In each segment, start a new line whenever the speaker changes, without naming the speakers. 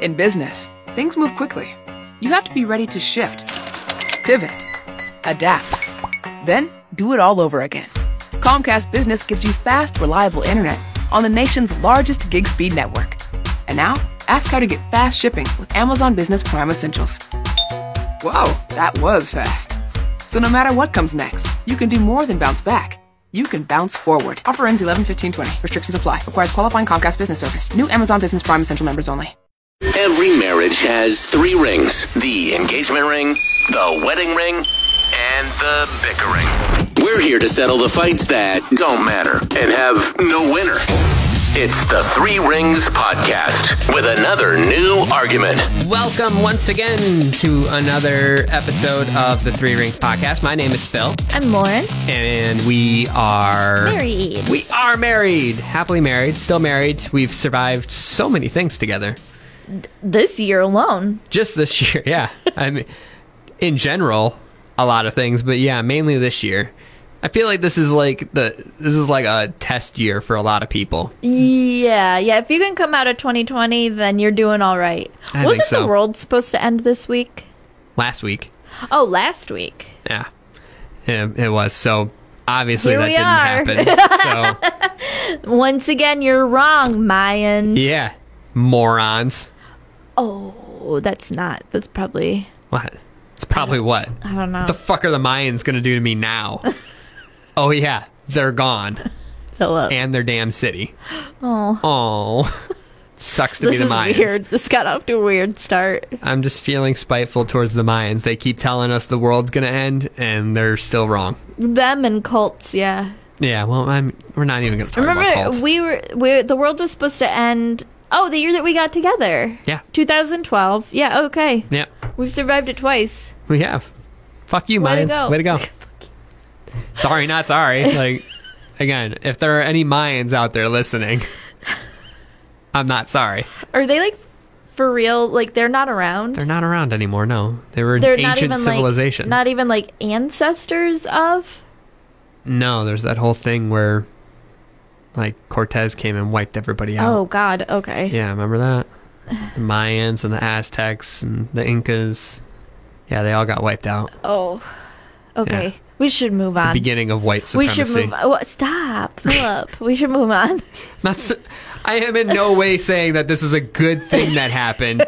In business, things move quickly. You have to be ready to shift, pivot, adapt, then do it all over again. Comcast Business gives you fast, reliable internet on the nation's largest gig speed network. And now, ask how to get fast shipping with Amazon Business Prime Essentials. Wow, that was fast. So no matter what comes next, you can do more than bounce back. You can bounce forward. Offer ends 11 15 20. Restrictions apply. Requires qualifying Comcast business service. New Amazon Business Prime Essential members only.
Every marriage has three rings the engagement ring, the wedding ring, and the bickering. We're here to settle the fights that don't matter and have no winner. It's the Three Rings Podcast with another new argument.
Welcome once again to another episode of the Three Rings Podcast. My name is Phil,
I'm Lauren.
and we are
Married.
We are married, happily married, still married. We've survived so many things together
This year alone.
just this year. Yeah, I mean, in general, a lot of things, but yeah, mainly this year. I feel like this is like the this is like a test year for a lot of people.
Yeah, yeah. If you can come out of 2020, then you're doing all right.
I
Wasn't
think so.
the world supposed to end this week?
Last week,
Oh, last week.
yeah, yeah it was so. Obviously,
Here
that
we
didn't happen. So.
Once again, you're wrong, Mayans.
Yeah, morons.
Oh, that's not. That's probably.
What? It's probably what?
I don't know.
The fuck are the Mayans gonna do to me now? oh yeah, they're gone
Philip.
and their damn city. Oh. Oh. Sucks to
this
be
is
the Mayans.
weird. This got off to a weird start.
I'm just feeling spiteful towards the Mayans. They keep telling us the world's gonna end, and they're still wrong.
Them and cults. Yeah.
Yeah. Well, I'm. We're not even gonna talk about
Remember,
cults.
we were, we the world was supposed to end. Oh, the year that we got together.
Yeah.
2012. Yeah. Okay.
yep.
We've survived it twice.
We have. Fuck you,
Way to
Mayans.
go.
Way to go. sorry, not sorry. Like, again, if there are any Mayans out there listening, I'm not sorry.
Are they like for real? Like they're not around.
They're not around anymore. No, they were an
They're
ancient civilization.
like not even like ancestors of.
no, there's that whole thing where, like, Cortez came and wiped everybody out.
Oh God. Okay.
Yeah, remember that? The Mayans and the Aztecs and the Incas. Yeah, they all got wiped out.
Oh. Okay.
Yeah.
We should move on.
Beginning of white
Um, we
supremacy.
should move. On. What- Stop, Philip. we should move on.
That's. I am in no way saying that this is a good thing that happened.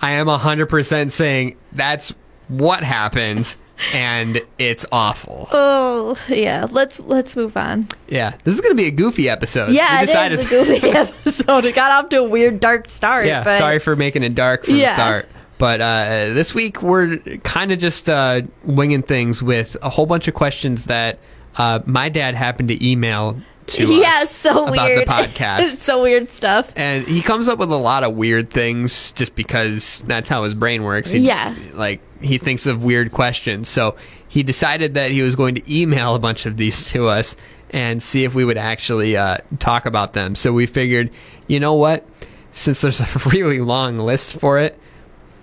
I am hundred percent saying that's what happened, and it's awful.
Oh yeah. Let's let's move on.
Yeah, this is gonna be a goofy episode.
Yeah,
we
it
decided.
is a goofy episode. It got off to a weird dark start.
yeah,
but
sorry for making it dark from the
Yeah.
start. But uh, this week we're kind of just uh, winging things with a whole bunch of questions that uh, my dad happened to email to
yeah,
us
so
about
weird.
the podcast.
so weird stuff.
and he comes up with a lot of weird things just because that's how his brain works. He
Yeah.
just- like he thinks of weird questions. So he decided that he was going to email a bunch of these to us and see if we would actually uh, talk about them. So we figured, you know what? Since there's a really long list for it,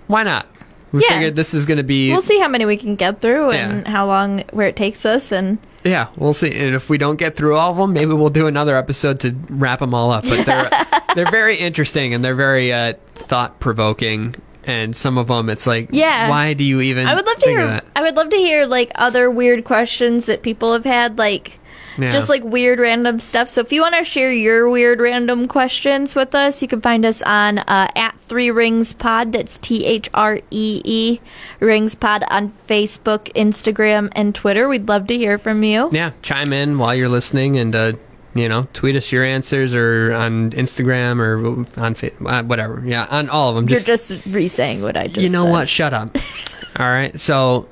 why not? We
Yeah.
figured this is going to be
We'll see how many we can get through and
Yeah.
how long where it takes us and
Yeah, we'll see. And if we don't get through all of them, maybe we'll do another episode to wrap them all up. But they're they're very interesting and they're very uh, thought provoking. And some of them, it's like,
Yeah.
why do you even?
I would love to
think of
hear.
that?
I would love to hear like other weird questions that people have had, like
Yeah.
just like weird random stuff. So if you want to share your weird random questions with us, you can find us on uh, at Three Rings Pod. That's T H R E E Rings Pod on Facebook, Instagram, and Twitter. We'd love to hear from you.
Yeah, chime in while you're listening and. Uh, you know, tweet us your answers or on Instagram or on fa- uh, whatever. Yeah, on all of them.
You're
Just,
just re-saying what I just.
you know
said.
what? Shut up. all right. So,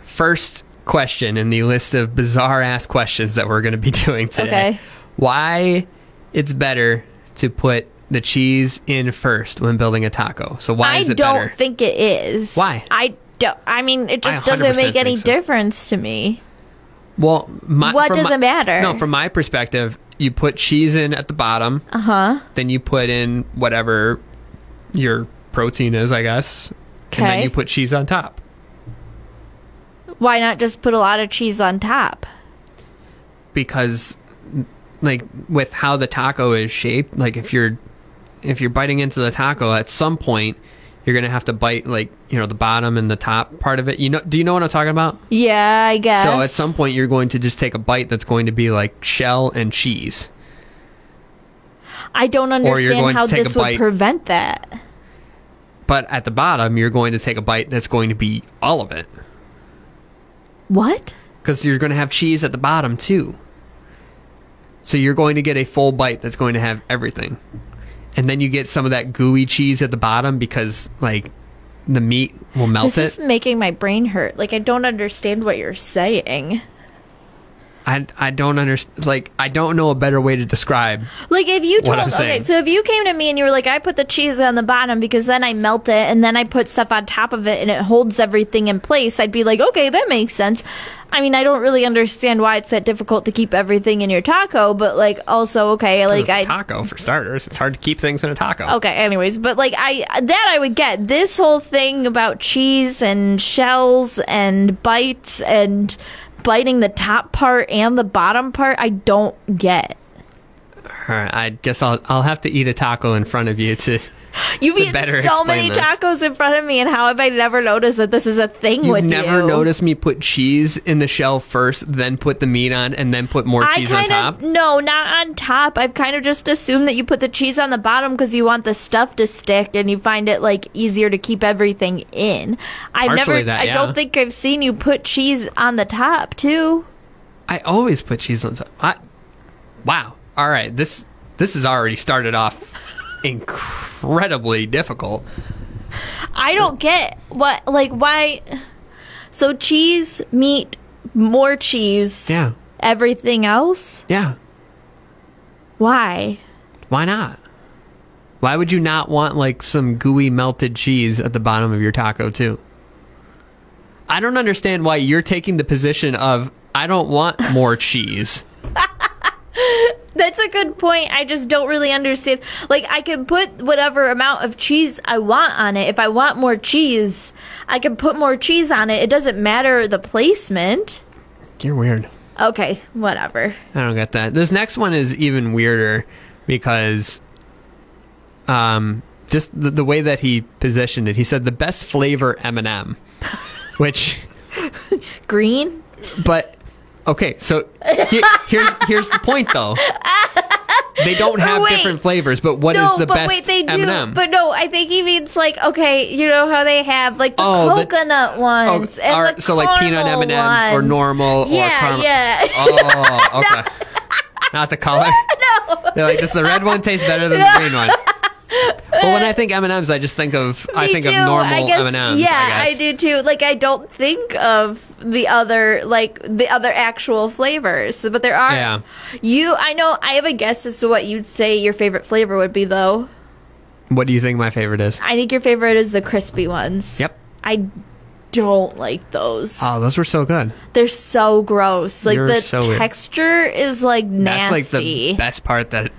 first question in the list of bizarre ass questions that we're going to be doing today.
Okay.
why it's better to put the cheese in first when building a taco. So why
I
is it
don't
better?
think it is.
Why?
I don't. I mean, it
I
just doesn't
100%
make any
think so.
difference to me.
well, my,
What
from
does
my-
it matter?
No, from my perspective, you put cheese in at the bottom. Uh huh.
Uh-huh.
Then you put in whatever your protein is, I guess, and then
Okay.
you put cheese on top.
Why not just put a lot of cheese on top?
because like with how the taco is shaped like if you're if you're biting into the taco, at some point you're gonna have to bite like you know the bottom and the top part of it. You know, do you know what I'm talking about?
Yeah, I guess.
So at some point you're going to just take a bite that's going to be like shell and cheese.
I don't
you're going
understand
to
how
take a
this would
bite.
prevent that.
But at the bottom, you're going to take a bite that's going to be all of it.
What?
because you're going to have cheese at the bottom too. So you're going to get a full bite that's going to have everything, and then you get some of that gooey cheese at the bottom because like the meat will melt
This is
it.
making my brain hurt. Like I don't understand what you're saying.
I I don't understand. Like I don't know a better way to describe.
Like if you
What
told
I'm
okay,
saying.
so if you came to me and you were like, I put the cheese on the bottom because then I melt it and then I put stuff on top of it and it holds everything in place, I'd be like, okay, that makes sense. I mean, I don't really understand why it's that difficult to keep everything in your taco, but like also okay, like
it's a
I Oh.
taco for starters. It's hard to keep things in a taco.
okay, anyways, but like I that I would get this whole thing about cheese and shells and bites and biting the top part and the bottom part, I don't get.
All right, I guess I'll I'll have to eat a taco in front of you to.
You've
to
eaten
better
so
explain
many
this.
tacos in front of me, and how have I never noticed that this is a thing
You've
with
never
you?
noticed me put cheese in the shell first, then put the meat on, and then put more
I
cheese on
kind
top.
of no, not on top. I've kind of just assumed that you put the cheese on the bottom because you want the stuff to stick, and you find it like easier to keep everything in. I've
Partially
never.
that,
I
yeah.
don't think I've seen you put cheese on the top too.
I always put cheese on top. I, wow. All right. This this has already started off incredibly difficult.
I don't get what like why. So cheese, meat, more cheese.
Yeah.
Everything else?
Yeah.
Why?
Why not? Why would you not want like some gooey melted cheese at the bottom of your taco too? I don't understand why you're taking the position of I don't want more cheese.
That's a good point. I just don't really understand. Like, I can put whatever amount of cheese I want on it. If I want more cheese, I can put more cheese on it. It doesn't matter the placement.
You're weird.
Okay, whatever.
I don't get that. This next one is even weirder because um just the, the way that he positioned it. He said the best flavor M&M, which
Green?
but okay, so he- here's here's the point though. They don't have
wait.
different flavors, but what is
no,
the
but
best
wait, they do.
M&M?
But no, I think he means like, okay, you know how they have like the
Oh, the-
coconut
Oh,
ones and
are-
the
so like peanut
caramel
M&Ms or
ones.
normal or
Yeah,
caramel.
yeah.
Oh, okay. Not the color.
no.
They're like, this the red one tastes better than the green one. Well, when I think M and M's, I just think of I
Me
think
too,
of normal
I guess,
M and M's.
Yeah,
I, guess.
do too. Like I don't think of the other like the other actual flavors, but there are.
Yeah.
You, I know. I have a guess as to what you'd say your favorite flavor would be, though.
What do you think my favorite is?
I think your favorite is the crispy ones.
Yep.
I don't like those.
Oh, those were so good.
They're so gross. Like
You're
the
so weird.
texture is like
That's
nasty.
like the best part that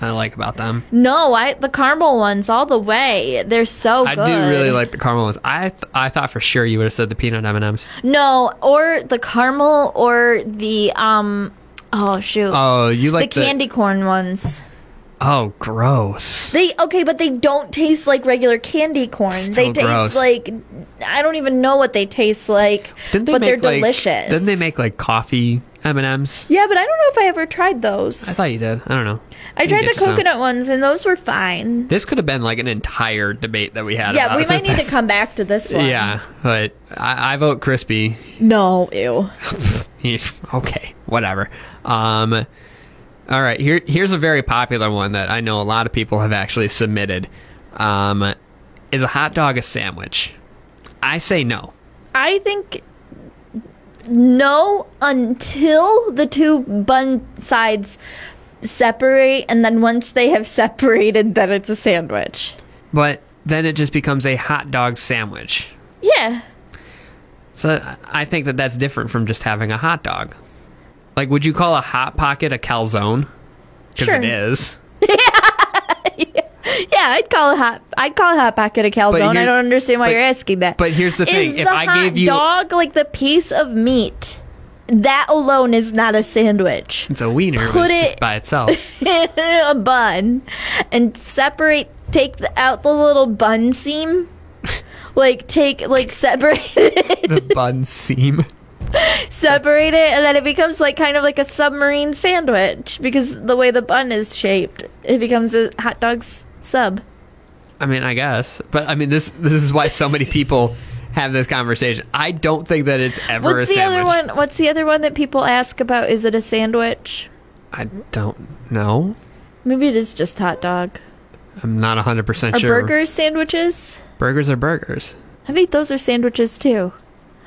I like about them.
no, I the caramel ones all the way. They're so
I
good.
do really like the caramel ones. I th- I thought for sure you would have said the peanut M and M's.
No, or the caramel or the um oh shoot.
Oh, you
the
like the,
candy corn ones.
Oh, gross.
They okay, but they don't taste like regular candy corn. they
Still
taste
gross.
like I don't even know what they taste like.
Didn't they
but
make
they're
like,
delicious.
Didn't they make like coffee M and M's?
Yeah, but I don't know if I ever tried
I
those.
thought you did. I don't know.
I
You
tried
get
the
you some.
coconut ones and those were fine.
This could have been like an entire debate that we had.
Yeah,
about
we
it.
might need to come back to this one.
Yeah, but I, I vote crispy.
No, ew.
okay, whatever. Um, all right, here here's a very popular one that I know a lot of people have actually submitted. Um, is a hot dog a sandwich? I say no.
I think no until the two bun sides separate, and then once they have separated, then it's a sandwich.
But then it just becomes a hot dog sandwich.
Yeah.
So I- I think that that's different from just having a hot dog. Like, would you call a hot pocket a calzone? Because
Sure.
it is.
Yeah, I'd call a hot I'd call a hot pocket a calzone. I
here's-
don't understand why
but-
you're asking that.
but here's the thing,
Is
if
the
I
hot
gave you-
dog like the piece of meat That alone is not a sandwich.
It's a wiener
Put
but it's
it-
just by itself.
a bun and separate take the, out the little bun seam like take like separate it
the bun seam.
separate it and then it becomes like kind of like a submarine sandwich because the way the bun is shaped it becomes a hot dog's sub
I mean, I guess, but I mean, this this is why so many people have this conversation. I don't think that it's ever
what's
a
the
sandwich.
other one what's the other one that people ask about is it a sandwich
I don't know.
maybe it is just hot dog
I'm not 100 percent
are
sure.
burgers sandwiches
Burgers are burgers.
i think those are sandwiches too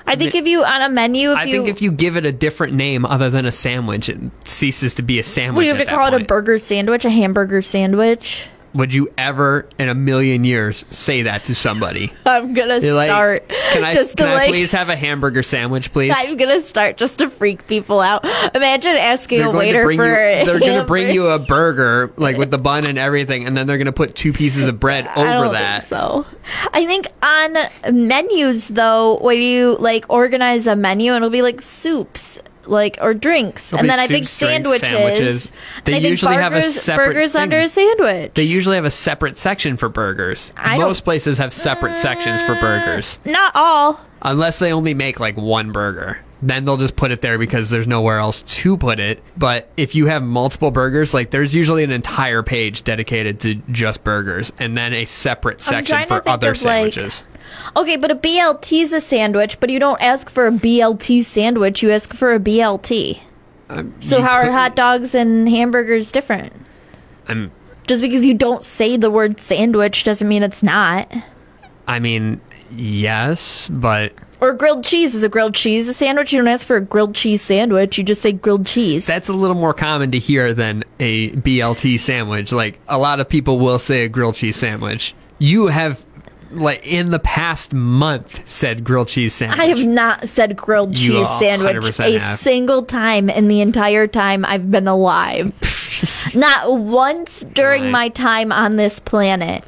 i think if you on a menu if
I
you
think if you give it a different name other than a sandwich, it ceases to be a sandwich.
What do you have
at
to
that
call it a
point.
burger sandwich, a hamburger sandwich?
Would you ever in a million years say that to somebody?
I'm gonna
You're like,
start
can I,
just
can
to
I
like.
please have a hamburger sandwich, please?
I'm gonna start just to freak people out. Imagine asking
they're
a
going
waiter
to bring
for.
you,
a
they're going to bring
hamburger.
you a burger like with the bun and everything, and then they're going to put two pieces of bread over
I don't
that.
Think so, I think on menus though, when you like organize a menu, it'll be like soups. Like or drinks,
It'll
and
be
then I think
soups, drinks,
sandwiches.
sandwiches. They
I think
usually have a
burgers-
separate
burgers
thing.
under a sandwich.
They usually have a separate section for burgers.
I don't-
Most places have separate sections for burgers,
Mm, Not all.
unless they only make like one burger. Then they'll just put it there because there's nowhere else to put it. But if you have multiple burgers, like there's usually an entire page dedicated to just burgers and then a separate section
trying to
for
think
other
of, like,
sandwiches.
Okay, but a BLT's a sandwich, but you don't ask for a BLT sandwich, you ask for a BLT. so
Um, you
how are
could-
hot dogs and hamburgers different?
I'm-
Just because you don't say the word sandwich doesn't mean it's not.
I mean, yes, but
Or grilled cheese is a grilled cheese a sandwich. You don't ask for a grilled cheese sandwich. You just say grilled cheese.
that's a little more common to hear than a BLT sandwich. Like a lot of people will say a grilled cheese sandwich. You have like in the past month said grilled cheese sandwich.
I have not said grilled
You
cheese sandwich
100%
a
have.
single time in the entire time I've been alive. not once during
Right.
my time on this planet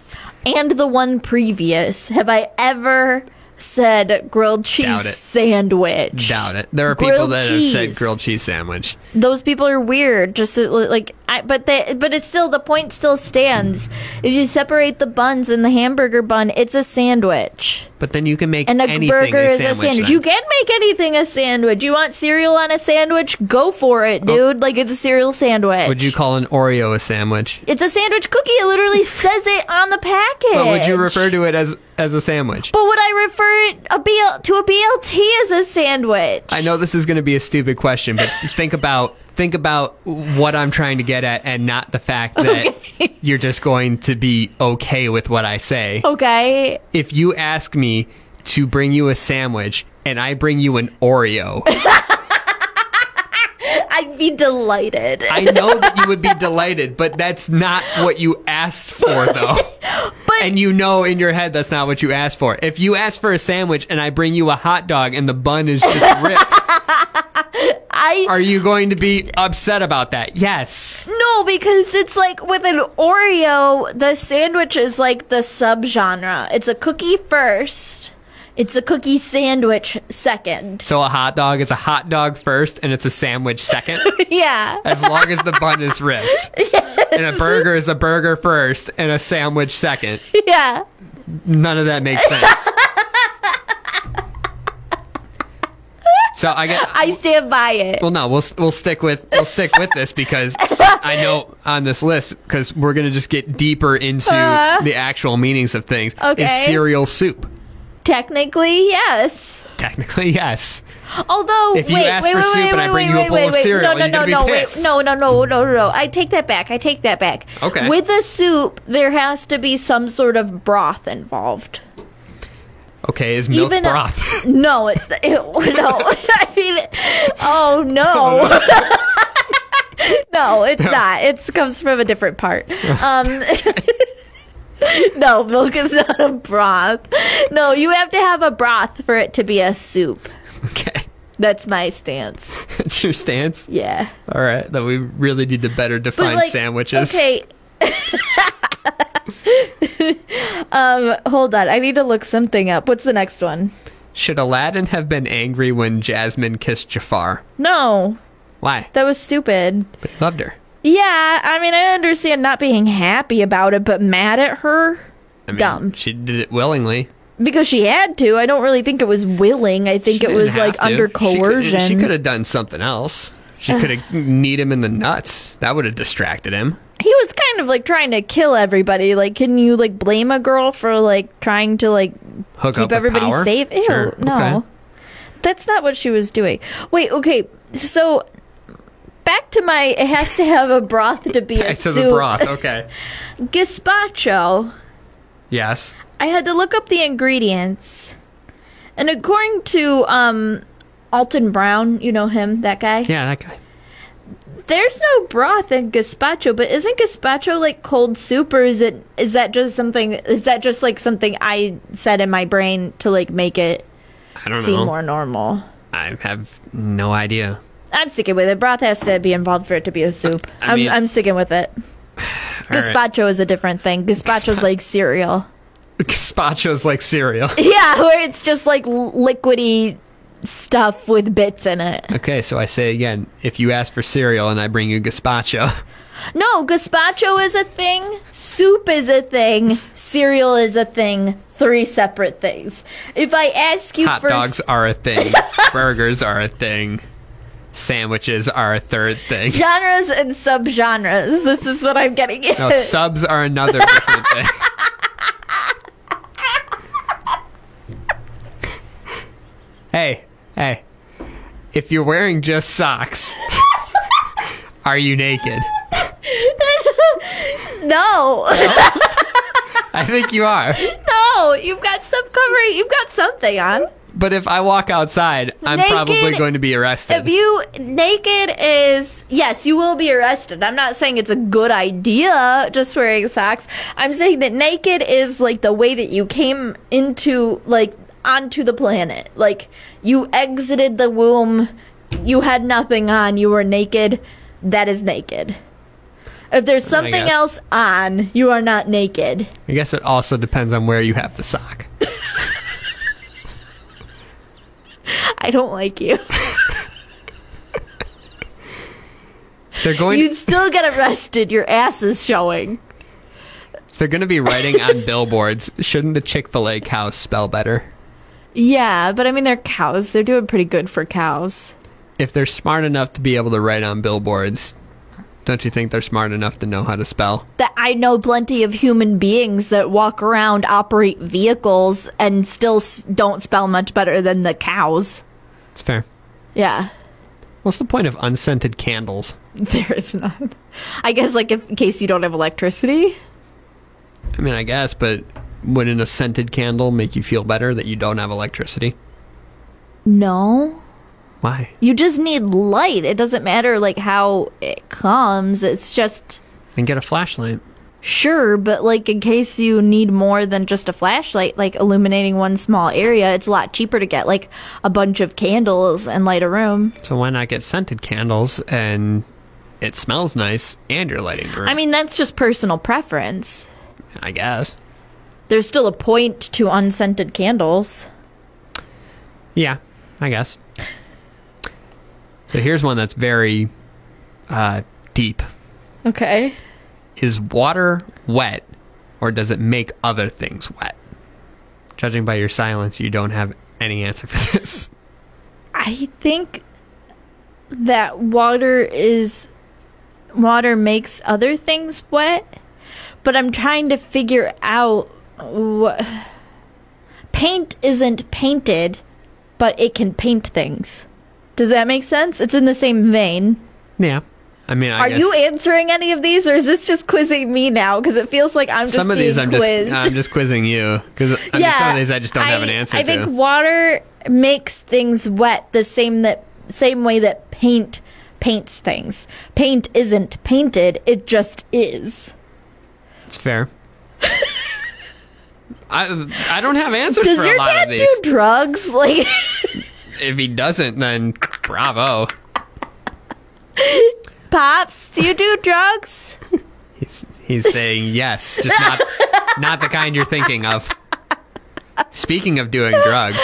and the one previous have I ever said grilled
Doubt
cheese
it.
sandwich.
doubt it. There are people
Grilled
that have
cheese.
said grilled cheese sandwich.
Those people are weird. Just uh, like I, but they, but it's still the point still stands. If you separate the buns and the hamburger bun, it's a sandwich.
But then you can make
And a
anything
burger
a
is
sandwich.
a sandwich.
then.
You can make anything a sandwich. You want cereal on a sandwich? Go for it, dude. Like it's a cereal sandwich.
Oh. would you call an Oreo a sandwich?
It's a sandwich cookie. It literally says it on the package.
But would you refer to it as as a sandwich?
But would I refer it a BL, to a BLT as a sandwich?
I know this is going to be a stupid question, but think about think about what I'm trying to get at, and not the fact that you're just going to be okay with what I say.
Okay.
If you ask me to bring you a sandwich and I bring you an Oreo,
I'd be delighted.
I know that you would be delighted, but that's not what you asked for, though. and you know in your head that's not what you asked for. If you ask for a sandwich and I bring you a hot dog and the bun is just ripped,
I
are you going to be upset about that? Yes.
no, because it's like with an Oreo, the sandwich is like the subgenre. It's a cookie first. It's a cookie sandwich second.
So a hot dog is a hot dog first, and it's a sandwich second.
Yeah.
as long as the bun is ripped, and a burger is a burger first, and a sandwich second.
Yeah.
None of that makes sense. so I get.
I stand by it.
Well, no, we'll we'll stick with we'll stick with this because I know on this list because we're gonna just get deeper into
Uh,
the actual meanings of things. Is
okay.
cereal soup?
Technically, yes.
Technically, yes.
Although,
If you
wait,
ask
wait,
for
wait,
soup
wait,
and I
wait,
bring
wait,
you a
wait,
bowl
wait,
of
wait.
cereal,
no,
you're
no,
gonna
no,
be
no,
pissed.
wait, no, no, no, no, no, no. I take that back. I take that back.
Okay.
With a soup, there has to be some sort of broth involved.
Okay, is milk
Even a-
broth?
No, it's the, ew, no. I mean, oh no. no, it's not. It comes from a different part. Um, no, milk is not a broth. No, you have to have a broth for it to be a soup.
okay,
That's my stance.
that's your stance.
Yeah.
All right, then we really need to better define
like,
sandwiches.
Okay. um, hold on. I need to look something up. What's the next one?
Should Aladdin have been angry when Jasmine kissed Jafar?
No,
Why?
that was stupid.
But he loved her.
Yeah, I mean, I understand not being happy about it, but mad at her?
I mean,
Dumb.
She did it willingly.
Because she had to. I don't really think it was willing. I think
She
it
didn't
was
have
like
to.
under
She could-
coercion.
She could have done something else. She could have kneed him in the nuts. That would have distracted him.
he was kind of like trying to kill everybody. Like, can you like blame a girl for like trying to like
Hook up
keep
with
everybody
power?
safe? Ew,
Sure,
no,
okay.
that's not what she was doing. Wait, okay, so back to my. It has to have a broth to be a
Back to
soup.
the broth. Okay.
Gazpacho.
yes.
I had to look up the ingredients, and according to um, Alton Brown, you know him, that guy.
Yeah, that guy.
There's no broth in gazpacho, but isn't gazpacho like cold soup, or is it is that just something? Is that just like something I said in my brain to like make it
I don't
seem
know.
more normal?
I have no idea.
I'm sticking with it. Broth has to be involved for it to be a soup.
I mean-
I'm, I'm sticking with it.
All right.
Gazpacho is a different thing. Gazpacho's like cereal.
Gazpacho's like cereal.
Yeah, where it's just like l- liquidy stuff with bits in it.
okay, so I say again, if you ask for cereal and I bring you gazpacho,
No, gazpacho is a thing, soup is a thing, cereal is a thing, three separate things. If I ask you
hot
for
dogs are a thing, burgers are a thing, sandwiches are a third thing.
genres and subgenres, this is what I'm getting at.
No, subs are another different thing. hey, hey. If you're wearing just socks, are you naked?
no,
I think you are.
no, you've got some covering, you've got something on.
But if I walk outside, I'm
Naked-
probably going to be arrested.
If you naked is yes, you will be arrested. I'm not saying it's a good idea just wearing socks. I'm saying that naked is like the way that you came into like onto the planet. Like you exited the womb, you had nothing on, you were naked. That is naked. If there's something
guess.
else on, you are not naked.
I guess it also depends on where you have the sock.
I don't like you.
They're going
You'd still get arrested. Your ass is showing.
they're going to be writing on billboards, shouldn't the Chick-fil-A cows spell better?
Yeah, but I mean, they're cows. They're doing pretty good for cows.
if they're smart enough to be able to write on billboards, don't you think they're smart enough to know how to spell?
That I know plenty of human beings that walk around, operate vehicles, and still s- don't spell much better than the cows.
It's fair.
Yeah,
What's the point of unscented candles?
there is none. I guess, like, if, in case you don't have electricity.
I mean, I guess, but wouldn't a scented candle make you feel better that you don't have electricity?
No.
Why?
You just need light. It doesn't matter, like, how it comes. It's just.
And get a flashlight.
Sure, but like in case you need more than just a flashlight, like illuminating one small area, it's a lot cheaper to get like a bunch of candles and light a room.
So why not get scented candles and it smells nice and you're lighting the room?
I mean, that's just personal preference.
I guess.
There's still a point to unscented candles.
Yeah, I guess. so here's one that's very uh, deep.
Okay.
Is water wet or does it make other things wet? Judging by your silence, you don't have any answer for this.
I think that water is water makes other things wet, but I'm trying to figure out what paint isn't painted, but it can paint things. Does that make sense? It's in the same vein.
Yeah. I mean, I
Are
guess
you answering any of these, or is this just quizzing me now? Because it feels like I'm just
some of these
being
I'm
quizzed.
just I'm just quizzing you because some of these I just don't have an answer
I
to.
think water makes things wet the same that same way that paint paints things. Paint isn't painted; it just is.
it's fair. I I don't have answers
Does
for
your
a lot
dad
of these.
do drugs? Like,
if he doesn't, then bravo.
pops, do you do drugs?
He's he's saying yes, just not not the kind you're thinking of. Speaking of doing drugs,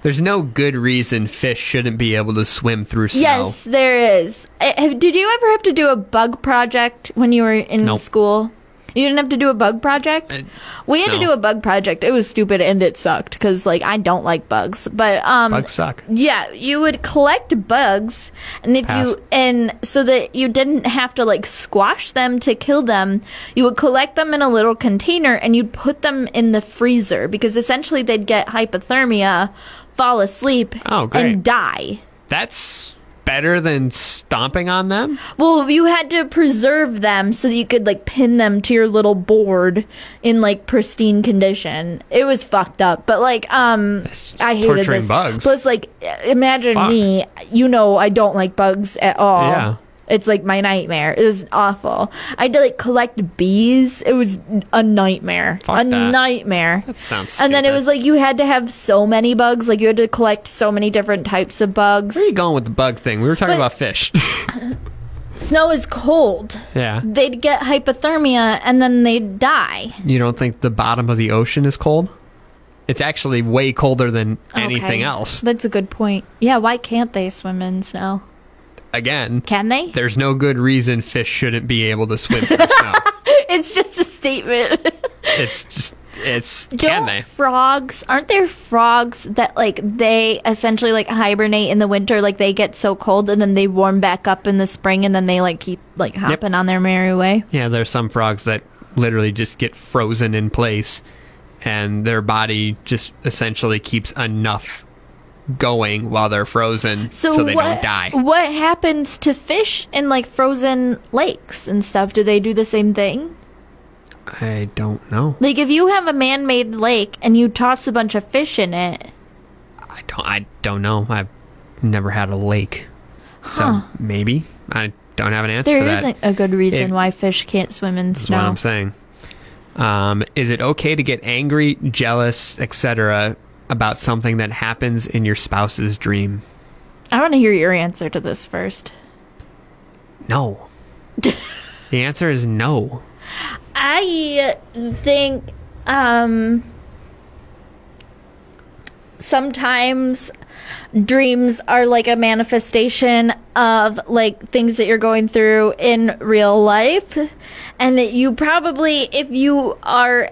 There's no good reason fish shouldn't be able to swim through snow.
Yes, there is. I- have- Did you ever have to do a bug project when you were in
Nope. Uh,
school? You didn't have to do a bug project. we had to
no.
do a bug project. It was stupid and it sucked because like I don't like bugs, but um,
Bugs suck.
Yeah, you would collect bugs, and if
Pass.
you and so that you didn't have to like squash them to kill them, you would collect them in a little container and you'd put them in the freezer because essentially they'd get hypothermia, fall asleep,
Oh, great.
and die.
That's better than stomping on them.
Well, you had to preserve them so that you could like pin them to your little board in like pristine condition. It was fucked up, but like um
That's
I hated
torturing
this.
bugs.
Plus like imagine
Fuck.
me, you know I don't like bugs at all.
Yeah.
It's like my nightmare. It was awful. I had to like collect bees. It was a nightmare.
Fuck
a
that.
nightmare.
That sounds.
and then it
stupid.
was like you had to have so many bugs. Like you had to collect so many different types of bugs.
Where are you going with the bug thing? We were talking
But-
about fish.
Snow is cold.
yeah.
they'd get hypothermia and then they'd die.
You don't think the bottom of the ocean is cold? It's actually way colder than anything else.
That's a good point. Yeah, why can't they swim in snow?
Again,
Can they?
there's no good reason fish shouldn't be able to swim through snow.
It's just a statement.
It's just, it's can
Don't
they?
frogs aren't there frogs that like they essentially like hibernate in the winter, like they get so cold and then they warm back up in the spring and then they like keep like hopping on their merry way?
Yeah, there's some frogs that literally just get frozen in place, and their body just essentially keeps enough going while they're frozen, so, they
what,
don't die.
What happens to fish in like frozen lakes and stuff? Do they do the same thing?
I don't know.
Like if you have a man-made lake and you toss a bunch of fish in it,
I don't. I don't know. I've never had a lake, so maybe I don't have an answer for
there
that.
isn't a good reason
It-
why fish can't swim in
That's what
snow.
I'm saying. Um, is it okay to get angry, jealous, etc., about something that happens in your spouse's dream?
I want to hear your answer to this first.
No. the answer is no.
I think um sometimes dreams are like a manifestation of like things that you're going through in real life and that you probably if you are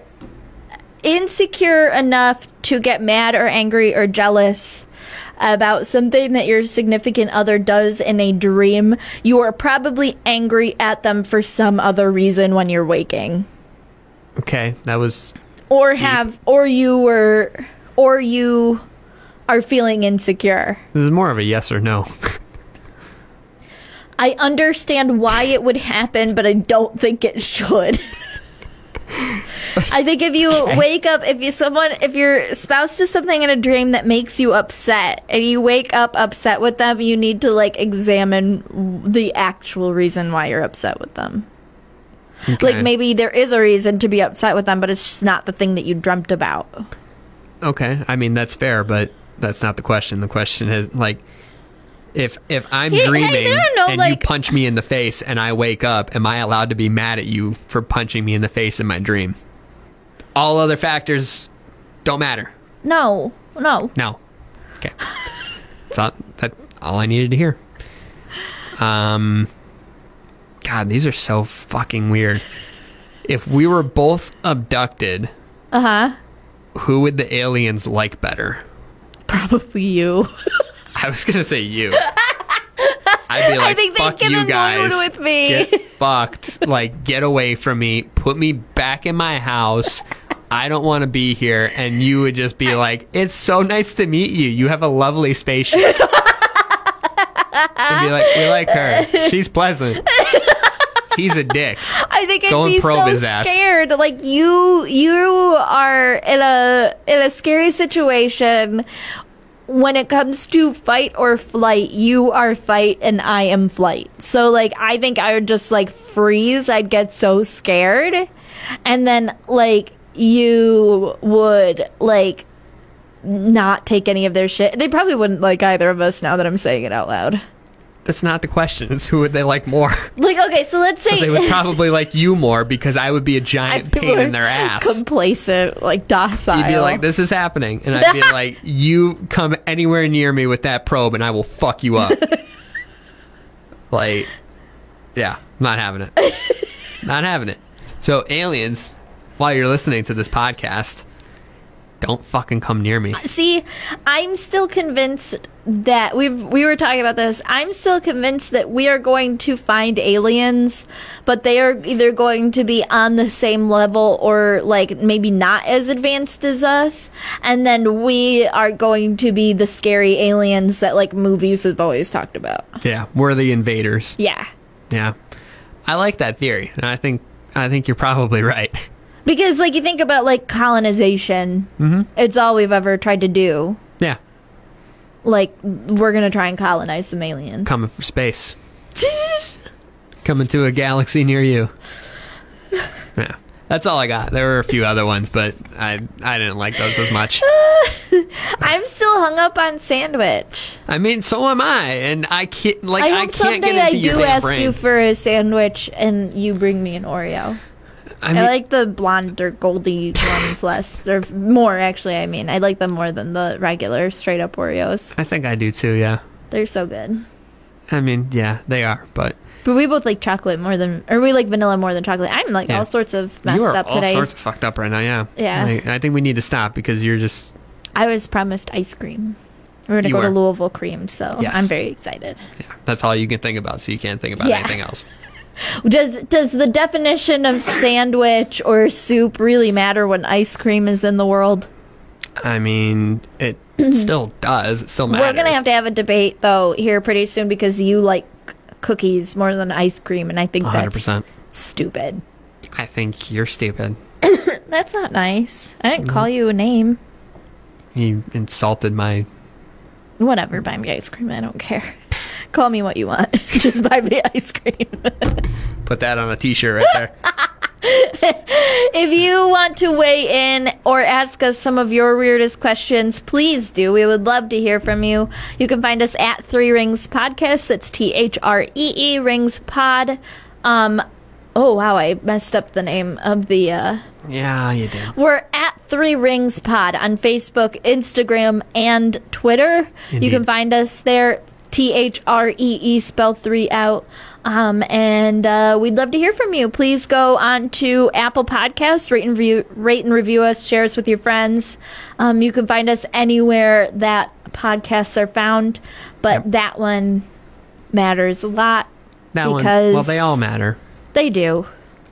insecure enough to get mad or angry or jealous about something that your significant other does in a dream, you are probably angry at them for some other reason when you're waking.
Okay, that was
Or have or you were or you are feeling insecure.
this is more of a yes or no.
I understand why it would happen, but I don't think it should. I think if you wake up, if you someone, if your spouse does something in a dream that makes you upset, and you wake up upset with them, you need to like examine w- the actual reason why you're upset with them. Like
Okay.
maybe there is a reason to be upset with them, but it's just not the thing that you dreamt about.
Okay, I mean that's fair, but that's not the question. The question is like, if if I'm
Hey, hey,
dreaming
there are no,
and you
like-
punch me in the face and I wake up, am I allowed to be mad at you for punching me in the face in my dream? All other factors don't matter.
No, no.
No. Okay. That's all, that, all I needed to hear. Um, God, these are so fucking weird. If we were both abducted,
Uh huh.
who would the aliens like better?
Probably you.
I was gonna say you. I'd be like,
think they'd
fuck
get
you
annoyed
guys.
with me."
Get fucked. Like, get away from me. Put me back in my house. I don't want to be here. And you would just be like, it's so nice to meet you. You have a lovely spaceship. and be like, we like her. She's pleasant. He's a dick.
I think I'd
Go and
be
probe
so
his ass.
scared. Like you, you are in a in a scary situation. When it comes to fight or flight, you are fight and I am flight. So like, I think I would just like freeze. I'd get so scared, and then like you would like not take any of their shit. They probably wouldn't like either of us now that I'm saying it out loud.
that's not the question. It's who would they like more?
Like, okay, so let's say
they would probably like you more because I would be a giant pain in their ass.
complacent, like docile.
You'd be like, "This is happening," and I'd be like, "You come anywhere near me with that probe, and I will fuck you up." like, yeah, not having it. not having it. So, aliens, while you're listening to this podcast, don't fucking come near me.
See, I'm still convinced that we we were talking about this. I'm still convinced that we are going to find aliens, but they are either going to be on the same level or like maybe not as advanced as us, and then we are going to be the scary aliens that like movies have always talked about.
Yeah, we're the invaders.
Yeah.
Yeah, I like that theory, and I think I think you're probably right.
Because like you think about like colonization,
Mm-hmm.
it's all we've ever tried to do.
Yeah,
Like we're gonna try and colonize some aliens.
coming from space, coming to a galaxy near you. Yeah, that's all I got. There were a few other ones, but I I didn't like those as much.
I'm still hung up on sandwich.
I mean, so am I, and I can't like
I
I,
hope
can't
someday
get
I
into your
do
damn
ask
brain.
you for a sandwich and you bring me an Oreo.
I
I,
mean,
like the blonde or goldy ones less, or more actually. I mean, I like them more than the regular straight up Oreos.
I think I do too. Yeah,
They're so good.
I mean, yeah, they are, but
But we both like chocolate more than, or we like vanilla more than chocolate. I'm like
Yeah.
all sorts of messed
you are
up
all
today.
sorts of fucked up right now. Yeah,
Yeah.
Like, I think we need to stop because you're just
I was promised ice cream. We're gonna
You
go to
were.
Louisville cream, so
Yes.
I'm very excited.
that's all you can think about, so you can't think about
Yeah.
anything else.
Does does the definition of sandwich or soup really matter when ice cream is in the world?
I mean, it still does. It still matters.
We're gonna have to have a debate though here pretty soon because you like c- cookies more than ice cream, and I think that's
100%.
stupid.
I think you're stupid.
That's not nice. I didn't call you a name.
You insulted my.
Whatever, buy me ice cream. I don't care. call me what you want. Just buy me ice cream.
Put that on a T-shirt right there.
If you want to weigh in or ask us some of your weirdest questions, please do. We would love to hear from you. You can find us at Three Rings Podcast. That's T H R E E Rings Pod. Um, oh wow, I messed up the name of the. Uh,
yeah, you did.
we're at Three Rings Pod on Facebook, Instagram, and Twitter. You
Indeed.
can find us there. T H R E E spell three out. Um, and uh, we'd love to hear from you. Please go on to Apple Podcasts, rate and review, rate and review us, share us with your friends. Um, you can find us anywhere that podcasts are found, but that one matters a lot.
That one.
Because-
Well, they all matter.
They do.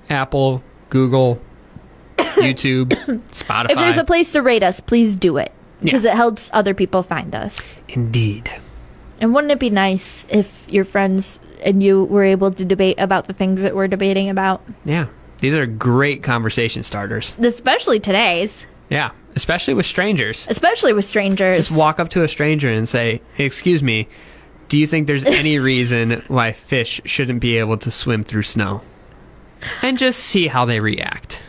Apple, Google, YouTube, Spotify.
If there's a place to rate us, please do it because it helps other people find us.
Indeed.
And wouldn't it be nice if your friends and you were able to debate about the things that we're debating about?
Yeah, these are great conversation starters.
Especially today's,
Yeah, especially with strangers.
especially with strangers.
Just walk up to a stranger and say, "Excuse me." Do you think there's any reason why fish shouldn't be able to swim through snow? And just see how they react.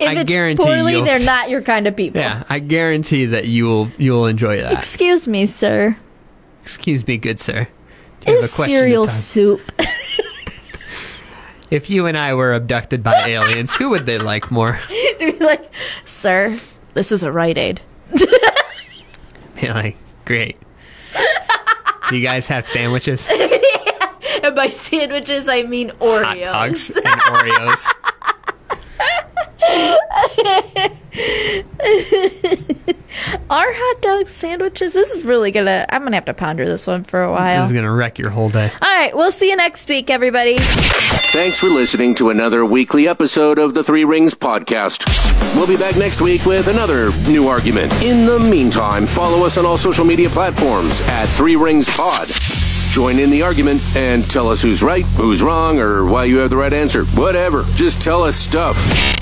if
I
it's
guarantee
poorly,
you'll-
they're not your kind of people.
Yeah, I guarantee that you will you'll enjoy that.
Excuse me, sir.
Excuse me, good sir. Do you have
Is
a question
cereal
to talk-
soup?
If you and I were abducted by aliens, who would they like more?
like, sir, this is a Rite Aid.
Be like, great. Do you guys have sandwiches,
And by sandwiches, I mean Oreos.
hot dogs, and Oreos?
Are hot dogs sandwiches? This is really gonna. I'm gonna have to ponder this one for a while.
This is gonna wreck your whole day.
All right, we'll see you next week, everybody.
Thanks for listening to another weekly episode of the Three Rings Podcast. We'll be back next week with another new argument. In the meantime, follow us on all social media platforms at Three Rings Pod. Join in the argument and tell us who's right, who's wrong, or why you have the right answer. Whatever. Just tell us stuff.